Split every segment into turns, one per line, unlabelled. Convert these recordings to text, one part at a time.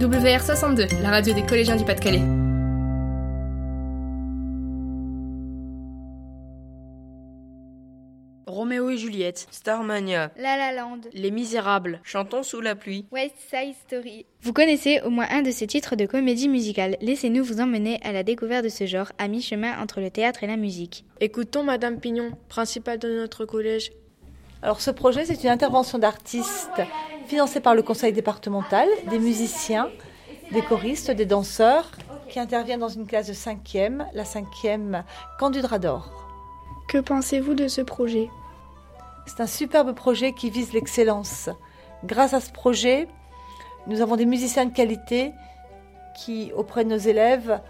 WR62, la radio des collégiens du Pas-de-Calais.
Roméo et Juliette,
Starmania,
La La Land,
Les Misérables,
Chantons sous la pluie,
West Side Story. Vous connaissez au moins un de ces titres de comédie musicale. Laissez-nous vous emmener à la découverte de ce genre à mi-chemin entre le théâtre et la musique.
Écoutons Madame Pignon, principale de notre collège.
Alors ce projet, c'est une intervention d'artistes financée par le conseil départemental, des musiciens, des choristes, des danseurs, qui interviennent dans une classe de cinquième, la cinquième Candudra d'Or.
Que pensez-vous de ce projet
C'est un superbe projet qui vise l'excellence. Grâce à ce projet, nous avons des musiciens de qualité qui, auprès de nos élèves,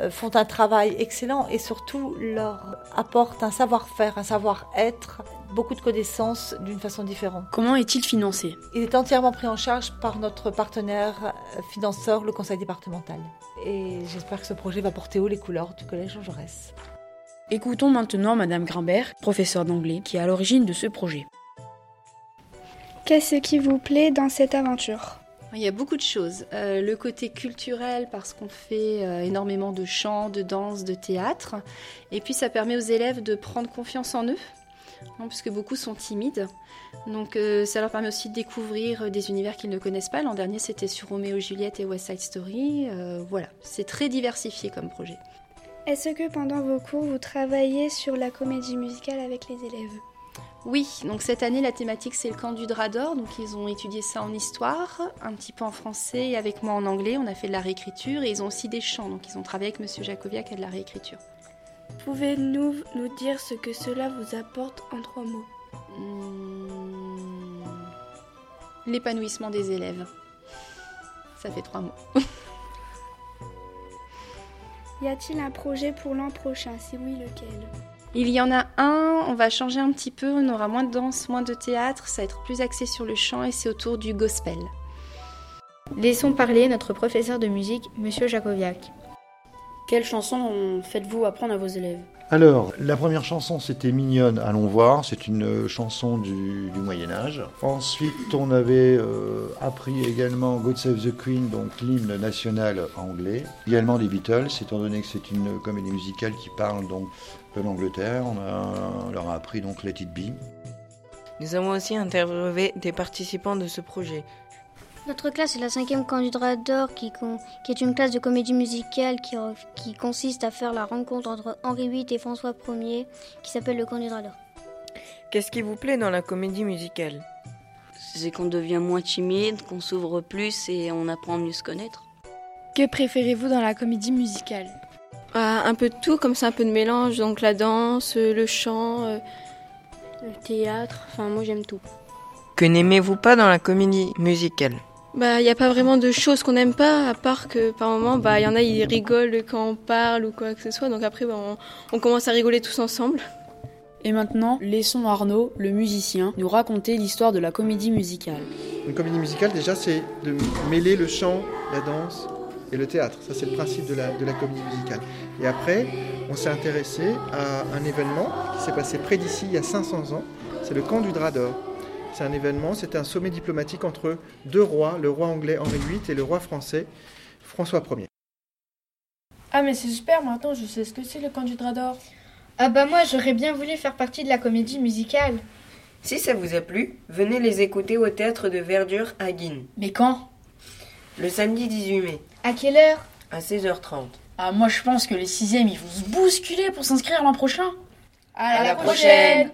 euh, font un travail excellent et surtout leur apportent un savoir-faire, un savoir-être, beaucoup de connaissances d'une façon différente.
comment est-il financé
Il est entièrement pris en charge par notre partenaire euh, financeur, le conseil départemental. Et j'espère que ce projet va porter haut les couleurs du collège Jean Jaurès.
Écoutons maintenant Madame Grimbert, professeure d'anglais, qui est à l'origine de ce projet.
Qu'est-ce qui vous plaît dans cette aventure
Il y a beaucoup de choses. Euh, le côté culturel, parce qu'on fait euh, énormément de chants, de danse, de théâtre. Et puis ça permet aux élèves de prendre confiance en eux, hein, puisque beaucoup sont timides. Donc euh, ça leur permet aussi de découvrir euh, des univers qu'ils ne connaissent pas. L'an dernier, c'était sur Roméo et Juliette et West Side Story. Euh, voilà, c'est très diversifié comme projet.
Est-ce que pendant vos cours, vous travaillez sur la comédie musicale avec les élèves
Oui, donc cette année, la thématique, c'est le camp du drap d'or. Donc ils ont étudié ça en histoire, un petit peu en français et avec moi en anglais. On a fait de la réécriture et ils ont aussi des chants. Donc ils ont travaillé avec Monsieur Jacobiac à de la réécriture.
Pouvez-nous nous dire ce que cela vous apporte en trois mots
Hmm. L'épanouissement des élèves. Ça fait trois mots.
Y a-t-il un projet pour l'an prochain Si oui, lequel
Il y en a un, on va changer un petit peu, on aura moins de danse, moins de théâtre, ça va être plus axé sur le chant et c'est autour du gospel.
Laissons parler notre professeur de musique, Monsieur Jacoviac.
Quelles chansons faites-vous apprendre à vos élèves
Alors, la première chanson, c'était Mignonne, allons voir. C'est une euh, chanson du, du Moyen Âge. Ensuite, on avait euh, appris également God Save the Queen, donc l'hymne national anglais. Également des Beatles, étant donné que c'est une euh, comédie musicale qui parle donc de l'Angleterre. On, a- on leur a appris donc Let It Be.
Nous avons aussi interviewé des participants de ce projet.
Notre classe est la cinquième candidat d'or qui, con- qui est une classe de comédie musicale qui, re- qui consiste à faire la rencontre entre Henri VIII et François Ier qui s'appelle le candidat d'or.
Qu'est-ce qui vous plaît dans la comédie musicale
C'est qu'on devient moins timide, qu'on s'ouvre plus et on apprend à mieux se connaître.
Que préférez-vous dans la comédie musicale
Ah, Un peu de tout, comme ça, un peu de mélange, donc la danse, euh, le chant, euh, le théâtre, enfin moi j'aime tout.
Que n'aimez-vous pas dans la comédie musicale
Bah il n'y a pas vraiment de choses qu'on n'aime pas, à part que par moment, bah il y en a, ils rigolent quand on parle ou quoi que ce soit, donc après bah, on, on commence à rigoler tous ensemble.
Et maintenant, laissons Arnaud, le musicien, nous raconter l'histoire de la comédie musicale.
Une comédie musicale, déjà, c'est de mêler le chant, la danse et le théâtre. Ça, c'est le principe de la, de la comédie musicale. Et après, on s'est intéressé à euh, un événement qui s'est passé près d'ici, il y a 500 ans. C'est le camp du drap d'or. C'est un événement, c'était un sommet diplomatique entre deux rois, le roi anglais Henri VIII et le roi français François Ier.
Ah mais c'est super, maintenant je sais ce que c'est le camp du drap d'or.
Ah bah moi, j'aurais bien voulu faire partie de la comédie musicale.
Si ça vous a plu, venez les écouter au théâtre de Verdure à Guine,
Mais quand
le samedi 18 mai,
À quelle heure
à 16h30.
Ah, moi je pense que les sixièmes, ils vont se bousculer pour s'inscrire l'an prochain.
À la prochaine